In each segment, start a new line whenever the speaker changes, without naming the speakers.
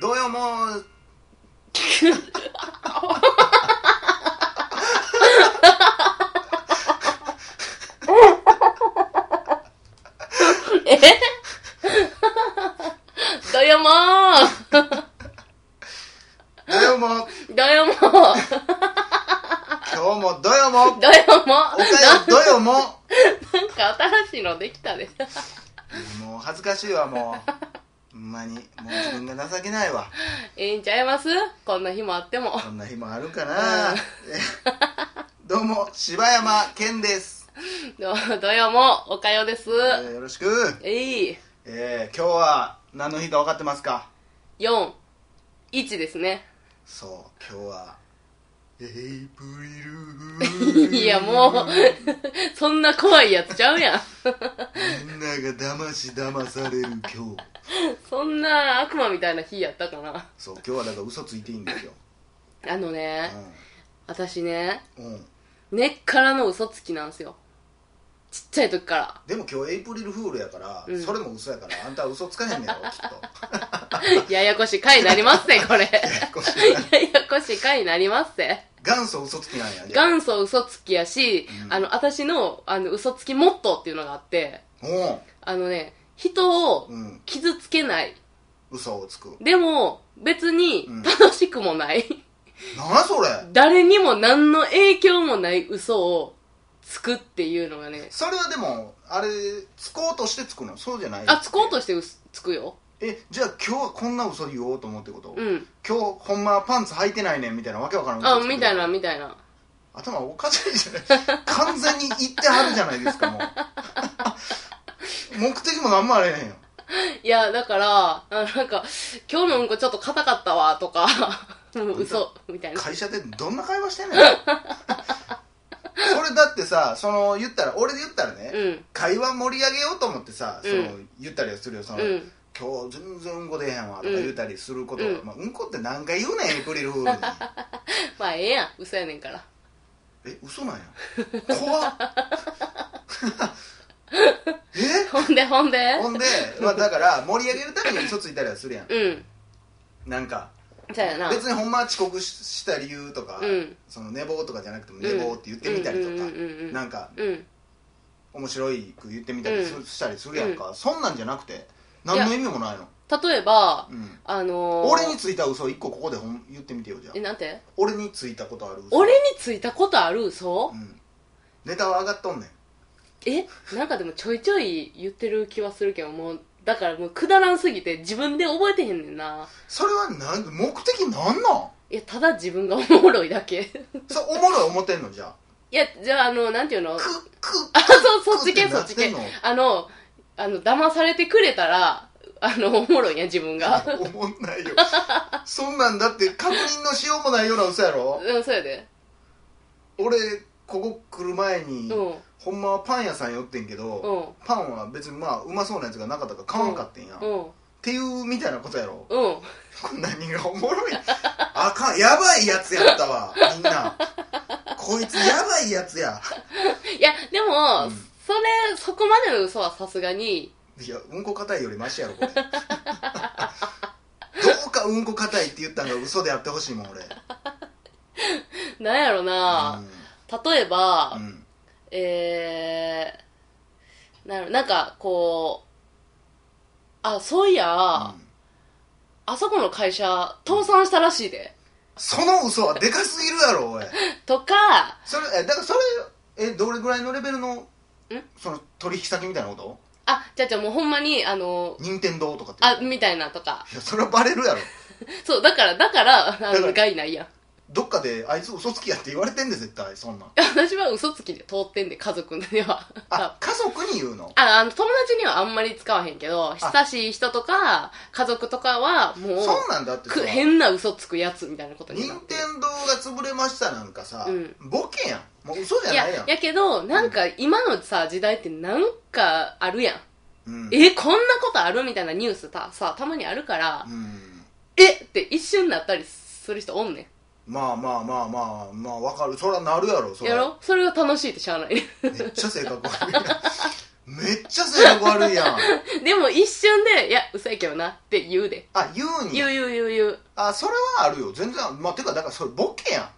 どうよもー
え どよも
どよもー
ーどよもー
今日もどよも
どよも
おか
ー
よどよも
なんか新しいのできたでしょ
もう恥ずかしいわもうほんまにもう自分が情けないわ
いいんちゃいますこんな日もあっても。
こんな日もあるかな、えどうも柴山健です、
どどよも、おかよです。
えーよろしく、
えい、
えー今日は何の日か分かってますか
4、1ですね。
そう今日はエイプリルフール
いや、もう、そんな怖いやつちゃうやん。
みんなが騙し騙される今日
そんな悪魔みたいな日やったかな。
そう今日はだから嘘ついていいんですよ、
あのね、私ね、
うんうん、
根っからの嘘つきなんですよ。ちっちゃい時から。
でも今日エイプリルフールやから、
うん
それも嘘やからあんたは嘘つかへんねやろ きっと
ややこしい回になりますね、これ。
ややこしいな
ややこしい回になりますね。
元祖嘘つきなんやじゃあ
元祖嘘つきやし、
うん
あの、私の、あの、嘘つきモットーっていうのがあって、あのね、人を
うん、うん、
傷つけない。
嘘をつく
でも、別に
うん
楽しくもない。
なあそれ
誰にも何の影響もない嘘をつくっていうのがね。
それはでもあれつこうとしてつくのそうじゃない
あ、つこうとしてうすつくよ。
えじゃあ今日はこんな嘘言おうと思うってこと、
うん。
今日ほんまはパンツ履いてないねんみたいなわけわからん嘘
あ
つ、く
みたいな、みたいな。
頭おかしいじゃない完全に言ってはるじゃないですかも う目的も何もあれへんよ
いや、だから、あなんか、今日のうんこちょっと硬かったわ、とか、もう 嘘、みたいな。
会社でどんな会話してんのそれだってさその言ったら俺で言ったらね、
うん。
会話盛り上げようと思ってさ、
うん
その言ったりはするよその、
うん。
今日全然うんこ出へんわとか言ったりすること、う
うん
まあ、うんこって何回言うねんエイプリ ルフールに
まあ、ええやん。嘘やねんから。
え嘘なんや怖っ え
ほんで、ほんで。
ほんで、まあ、だから盛り上げるために嘘ついたりはするやん
うん。
なんか
そうやな。
別にほんまは遅刻しした理由とか、
うん
その寝坊とかじゃなくても寝坊って言ってみたりとか、
うんうんうんうんうん
なんか
うん。
面白いく言ってみたりす、
うん
したりするやんか、そんなんじゃなくて何の意味もないの
例えば、
うん
あのー、
俺についた嘘一個ここでほん言ってみてよじゃあ
え、なんて
俺についたことある嘘
俺についたことある嘘
うんネタは上がっとんねん
えなんかでもちょいちょい言ってる気はするけどもうだからもうくだらんすぎて自分で覚えてへんねんな
それはなん目的なんなん
いやただ自分がおもろいだけ
それおもろい思ってんのじゃあ
いやじゃああのなんていうの
くく
あそうそっち系
く
そ
っ
ってち
なってん
系
の
あのあの騙されてくれたらあのおもろいんや自分が
おもんないよそんなんだって確認のしようもないような嘘やろ
うんそうやで
俺ここ来る前に、
うんうん
ほんまはパン屋さん寄ってんけど、
うん
パンは別にまあうまそうなやつがなかったから買わんかってんや、っ
うん
ていうみたいなことやろ
うん
これ何がおもろいあかんやばいやつやったわみんなこいつやばいやつや
いやでも、
うん
それそこまでの嘘はさすがに
いやうんこ硬いよりマシやろこれ どうかうんこ硬いって言ったのが嘘であってほしいもん俺
なんやろな、例えば、
うん、うん
えー、なるなんかこうあそういや、
うん
あそこの会社倒産したらしいで
その嘘はでかすぎるやろおい
とか
それえだからそれえどれぐらいのレベルのその取引先みたいなこと
あじゃあじゃあもうほんまにあの
任天堂とかって
あみたいなとか
いやそれはバレるやろ
そうだからだからあ
だか
の
ら
害ないやん
どっかであいつ嘘つきやって言われてんで絶対そんなん
私は嘘つきで通ってんで家族では
あ家族に言うの
ああの友達にはあんまり使わへんけど親しい人とか家族とかはもう
そんなんだってさ
く変な嘘つくやつみたいなことに
任
なって
天
る
堂が潰れましたなんかさ、
うん
ボケやんもう嘘じゃ
い
ないや
や
ん
やけどなんか今のさ時代ってなんかあるやん、
うん
えこんなことあるみたいなニュースたさたまにあるから、
うん
えって一瞬なったりする人おんね
まあまあまあまあまあわかるそらなるやろそ
ん
ら
やろそれが楽しいってしゃあないね
めっちゃ性格悪いやんめっちゃ性格悪いやん
でも一瞬で、いや、うさいけどなって言うで。
あ言うん
言
や
う言う言う言う。
あそれはあるよ全然まあてかだからそれボケやん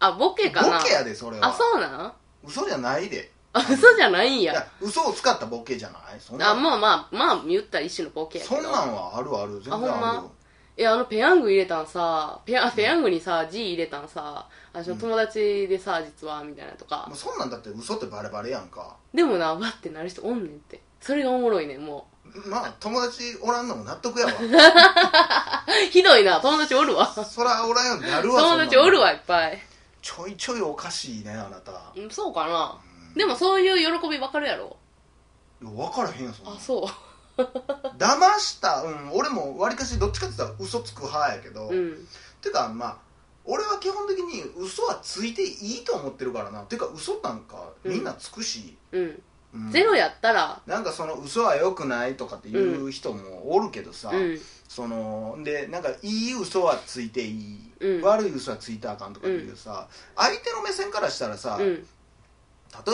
あ、ボケかな
ボケやでそれは
あ、そうなん
嘘じゃないで
あ、嘘じゃないん
いや
や。
嘘を使ったボケじゃないそんな
あ、まあまあ、まあ、言ったら一種のボケやけ
そ
ど。
んなんはあるある全然ある
あ
よ
ほんまいや、あの、ペヤング入れたんさ、ペヤペヤングにさ、G 入れたんさ、私の友達でさ、実は、みたいなとか
もう。そんなんだって嘘ってバレバレやんか
でもな、わってなる人おんねんって。それがおもろいねん、も
まあ友達おらんのも納得や わ
う。 ひどいな、友達おるわ。
そらおらんようになるわ
友達おる
わ
わ、いっぱい。
ちょいちょいおかしいねあなた
うんそうかな。でもそういう喜びわかるやろ。
いや分からへんよそんな
あ、
ん
そ
騙したうん俺もわりかしどっちかって言ったら嘘つく派やけど、
う。うん。
てかまあ俺は基本的に嘘はついていいと思ってるからなてか嘘なんかみんなつくし、
うん。
うん
ゼロやったら、
なんかその嘘は良くないとかっていう人もおるけどさ、
うん。
そのでなんかいい嘘はついていい、
うん
悪い嘘はついたらあかんとかっていうさ、相手の目線からしたらさ、
う
例
ん。
え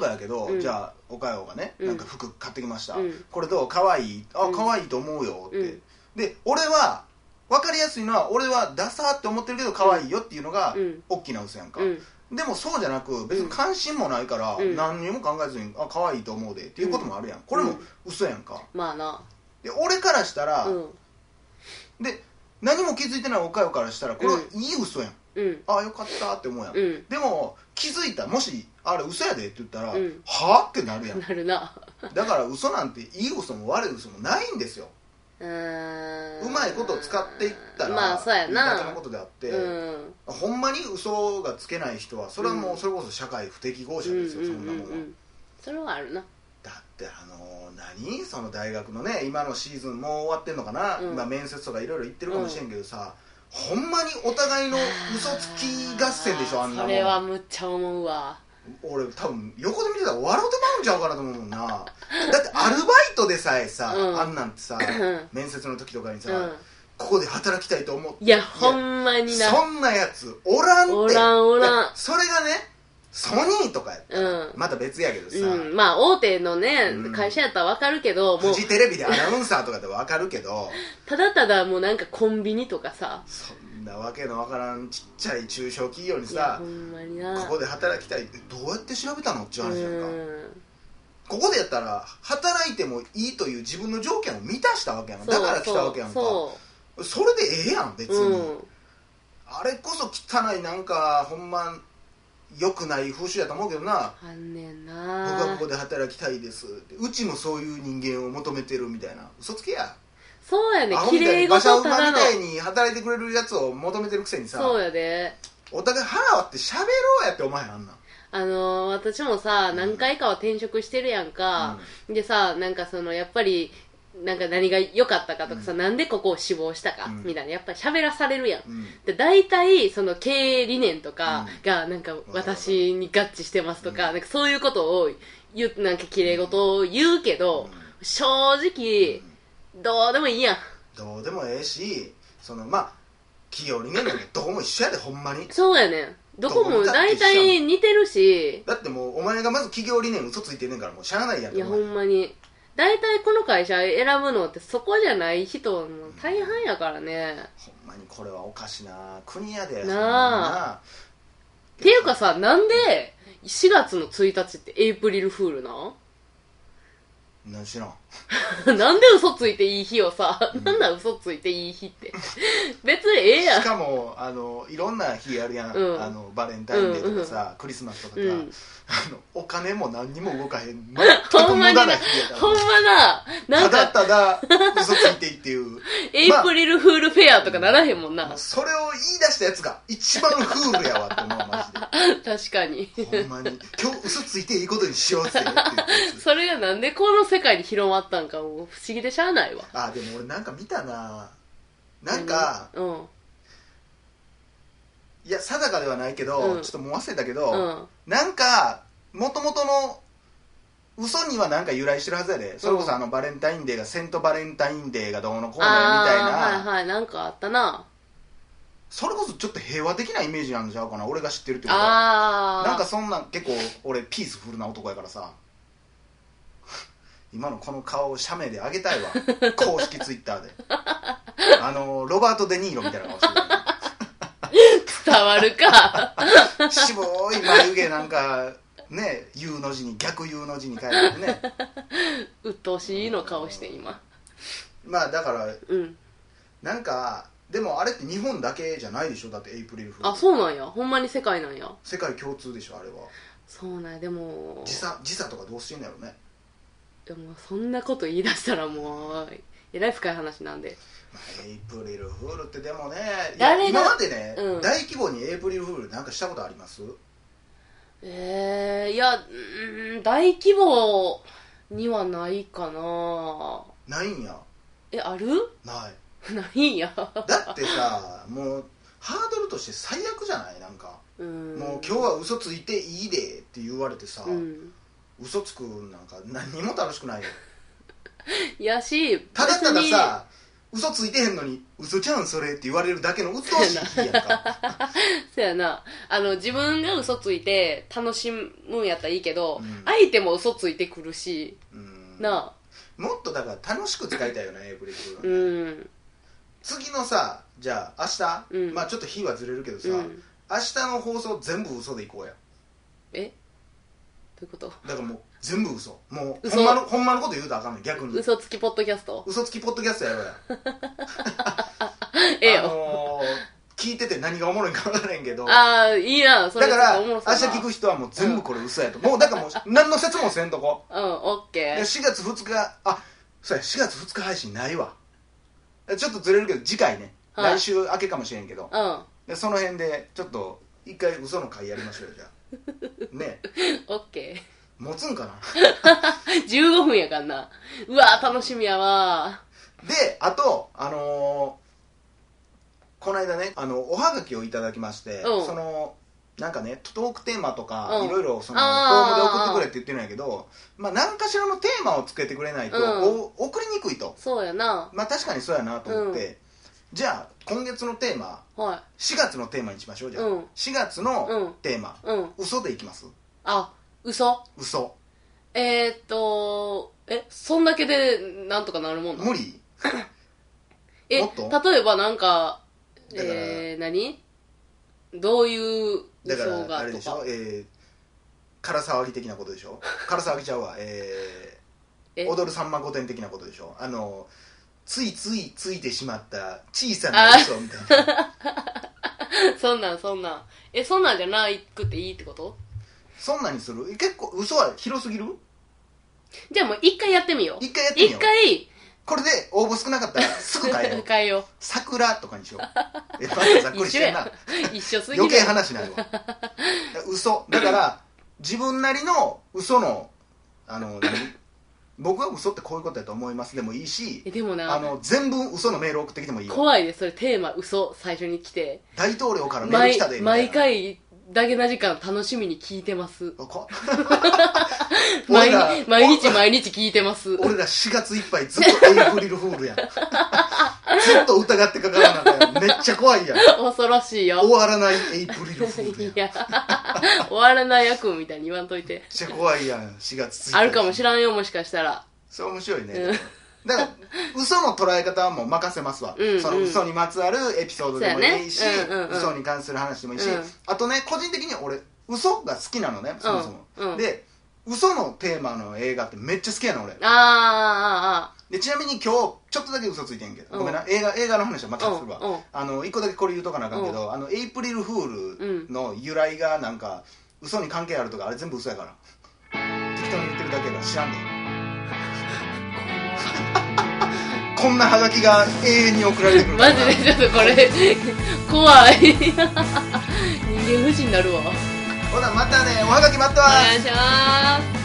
ばやけど、
うん
じゃあおかよがね、
うん
なんか服買ってきました、
うん
これどうかわいいあ
うん
かわいいと思うよって、
うん
で俺は分かりやすいのは俺はダサーって思ってるけどかわいいよっていうのが
うん
大きな嘘やんか、
うん。
でもそうじゃなく別に関心もないから、
うん
何にも考えずにあ可愛いと思うでっていうこともあるやんこれも嘘やんか
まあな。
で俺からしたら、
うん。
で何も気づいてないおかよからしたらこれはいい嘘やん、
うん。
ああよかったって思うやん、
うん。
でも気づいたもしあれ嘘やでって言ったら、
うん
はあってなるやん
なるな。
だから嘘なんていい嘘も悪い嘘もないんですよ
うーん。
うまいことを使っていったら
まあ、そうや
いいだけの
な
こ。とであって、
うん。
ほんまに嘘がつけない人はそれはもううんそれこそ社会不適合
う
者
ん
ですよ、
う
そ
ん
ん
う
なんもんは。
うん。それはあるな。
だってあの何その大学のね今のシーズンもう終わってんのかな、
うん
今面接とかいろいろ言ってるかもしれんけどさ、ほんまにお互いの嘘つき合戦でしょあんなも
そ
ん
れはむっちゃ思うわ。
俺多分横で見てたら笑うてまうんちゃうかなと思うもんなだってアルバイトでさえさ、
うん
あんなんてさ
ん
面接の時とかにさ、
うん。
ここで働きたいと思って
いや、ほんまにな。
そんなやつおらんって
おらんおらん
いやそれがねソニーとかやったら
うん
また別やけどさ、
うん。まあ、大手のね
うん、
会社やったらわかるけど、も
フ
う、
ジテレビでアナウンサーとかでわかるけど
ただただもうなんかコンビニとかさ。
そんなわけのわからんちっちゃい中小企業に
いや、
さ
ほんまに
こ
な。
こで働きたいってどうやって調べたのっていう話やんか
うん。
ここでやったら働いてもいいという自分の条件を満たしたわけやんだから来たわけやんか
そ
それでええやん別
う。
に、
うん。
あれこそ汚いなんかほんま良くない風習やと思うけどな
あんねん
僕は
な
ここで働きたいですうちもそういう人間を求めてるみたいな嘘つけや
そうやね
アホ
綺
みたい
麗
に馬車
事た
馬
だ
み
の
たいに働いてくれるやつを求めてるくせにさ
そうやで
お互い腹割って喋ろうやってお前あんなん
あのー私もさ
ん
何回かは転職してるやんか、でさなんかそのやっぱりなんか何が良かったかとかさ、なんでここを志望したか、
うん
みたいなやっぱり喋らされるやん
うん
で大体その経営理念とかがなんか
かる
私に合致してますとか,、
うん
なんかそういうことを言うなんか綺麗事を言うけど、
うん
正直どうでもいいやん
どうでもええしそのまあ企業理念なんかどこも一緒やでほんまに
そうやねんどこも大体似てるし
だってもうお前がまず企業理念嘘ついてんねんからもうしゃあないやん
いや
お
ほ
前
んまに大体この会社選ぶのってそこじゃない人の大半やからね
ほんまにこれはおかしな国やで
なあ
あ
っていうかさなんで4月の1日ってエイプリルフールなん
何しろん
なんで嘘ついていい日をさ、なんなん嘘ついていい日って 別にええや
し
ん
かもあのいろんな日やるやん、
うん
あのバレンタインデーとかさ、クリスマスとかさ、
うん
あのお金も何にも動かへん全く
ほん
無
ま
駄な
にな
日やか
ほんまな
ら
なん
ただ
か
ただ 嘘ついていいっていう
エイプリルフールフェアとかならへんもんな
それを言い出したやつが一番フールやわって思うマジで
確かに
ほんまに今日嘘ついていいことにしようぜって言ってるやつ
それがなんでこの世界に広まったんかもう不思議でしゃあないわ
あでも俺なんか見たななんか、
うん
いや定かではないけど、
うん
ちょっともう忘れたけど、
うん
なんかもともとの嘘にはなんか由来してるはずやでそれこそあのバレンタインデーがセントバレンタインデーがどうのこうのみたいな、
あーはいはいなんかあったな
それこそちょっと平和的なイメージなんちゃうかな俺が知ってるってことは
ああ
なんかそんなん結構俺ピースフルな男やからさ 今のこの顔を写メで上げた いわ公式ツイッターであのロバート・デ・ニーロみたいな顔して
伝わるか
る渋い眉毛なんかね U の字に逆 U の字に変えてね
鬱陶しいの顔して今
まあだから
うん
なんかでもあれって日本だけじゃないでしょだってエイプリルフー
あ
ル
そうなんやほんまに世界なんや
世界共通でしょあれは
そうなんやでも
時差時差とかどうしてんだろうね
でもそんなこと言い出したらもうえらい深い話なんで
まあエイプリルフールってでもねいや
誰が
今までね、
うん
大規模にエイプリルフールなんかしたことあります
えー、いやうーん大規模にはないかな
ないんや
えある
ない
ないんや
だって さもうハードルとして最悪じゃないなんか、
うん
もう今日は嘘ついていいでって言われてさ、
うん
嘘つくなんか何にも楽しくないよ
いやした
ただただ さ嘘ついてへんのに嘘ちゃうんそれって言われるだけの鬱陶しい日やんか、
そうやなあの自分が嘘ついて楽しむんやったらいいけど、
うん
相手も嘘ついてくるし、
うん
な
もっとだから楽しく使いたいよねエイプリルフールは
あうん
次のさじゃあ明日、
うん
まあちょっと日はずれるけどさ、
うん
明日の放送全部嘘でいこうや
えどういうこと
だからもう全部嘘もう
嘘
ほんまのほんまのこと言うとあかんの逆に
嘘つきポッドキャスト
嘘つきポッドキャストやろうや
ええ
あ
よ
のー聞いてて何がおもろいんか分からへんけどだ
ああーいいなそ
か
れ
ら
ちょっとおも
明
ろ
日
そうやな
聞く人はもう全部これ嘘やと、もうだからもう何の説もせんと こ
うんオッ
で
ケー
4月2日あそうや4月2日配信ないわちょっとずれるけど次回ね、
はい
来週明けかもしれんけど
うんオ
でその辺でちょっと一回嘘の回やりましょうよじゃあね
ッケ
持つんかな
ー 15分やからなうわー楽しみやわ
であとあのーこの間ねあのおはがきをいただきまして、
うん
そのなんかねトークテーマとか、
うん
いろいろそのフォ
あ
ーム
ー
で送ってくれって言ってるんやけど、まあ、何かしらのテーマをつけてくれないと、
うん
お送りにくいと
ーそうやな
まあ確かにそうやなと思って、じゃあ今月のテーマ
は
4月のテーマにしましょう
い
じゃあ、
うん
4月
う
の
ん
テーマ、
うん
嘘でいきます
あ嘘
嘘
えー、っとえそんだけでなんとかなるもんな
無理
え、
もっと
例えばなんか、
だから
えー、何どういう
だか
嘘
らあ
が
れ
と
でしょ
か。
えー唐沢り的なことでしょ唐沢りちゃうわえ
え
ー、踊るさんま御殿的なことでしょあのついついついてしまった小さ
あ
な
ー
嘘みたいな
そんなんそんなん。え、そんなんじゃないくていいってこと
そんなにする結構嘘は広すぎる
じゃあもう一回やってみよう。
一回やってみ
一
よう
回、
これで応募少なかったら すぐ変えよう
変え よ
桜とかにしよう えまたざっ
う。
くりし
一緒
てんな
や。一緒すぎる。
余計話になるわ嘘だから自分なりの嘘のあの何僕は嘘ってこういうことだと思いますでもいいし
え、でも
あ
な、
の全文嘘のメール送ってきてもいいよ
怖いで、それテーマ嘘、最初に来て。
大統領からメール
毎
来たでみたい
毎
な
回、だけな時間楽しみに聞いてます。
こ
毎
俺ら
日、 毎日毎日聞いてます。
俺ら4月いっぱいずっとエイプリルフールやん ずっと疑ってかからなあかんめっちゃ怖いやん
恐ろしいよ。
終わらないエイプリルフールやん
い
めっ
や、 終わらない役みたいに言わんといて。
ちゃ怖いやん4月1日
あるかもし
れん
らんよ、もしかしたら。
それ面白いね、
うん
だから嘘の捉え方はもう任せますわ、
うんうん
その嘘にまつわるエピソードでもいいし、
そうやねうんうんうん
嘘に関する話でもいいし、
うん
あとね個人的に俺嘘が好きなのねそもそも、
うんうん
で嘘のテーマの映画ってめっちゃ好きやの俺
あ
でちなみに今日ちょっとだけ嘘ついてんけど、
うん
ごめんな映画映画の話はま
ーあーあ
た
ー。
するわ、
うん、うん。
あの一個だけこれ言うとかなあかんけど、あのエイプリルフールの由来がなんか嘘に関係あるとかあれ全部嘘やから適当に言ってるだけやから知らんね んこんなハガキが永遠に送られてくる
マジでちょっとこれ、怖い。 人間不信になるわ。お
ほなまたねおハガキ待ってます
願いします。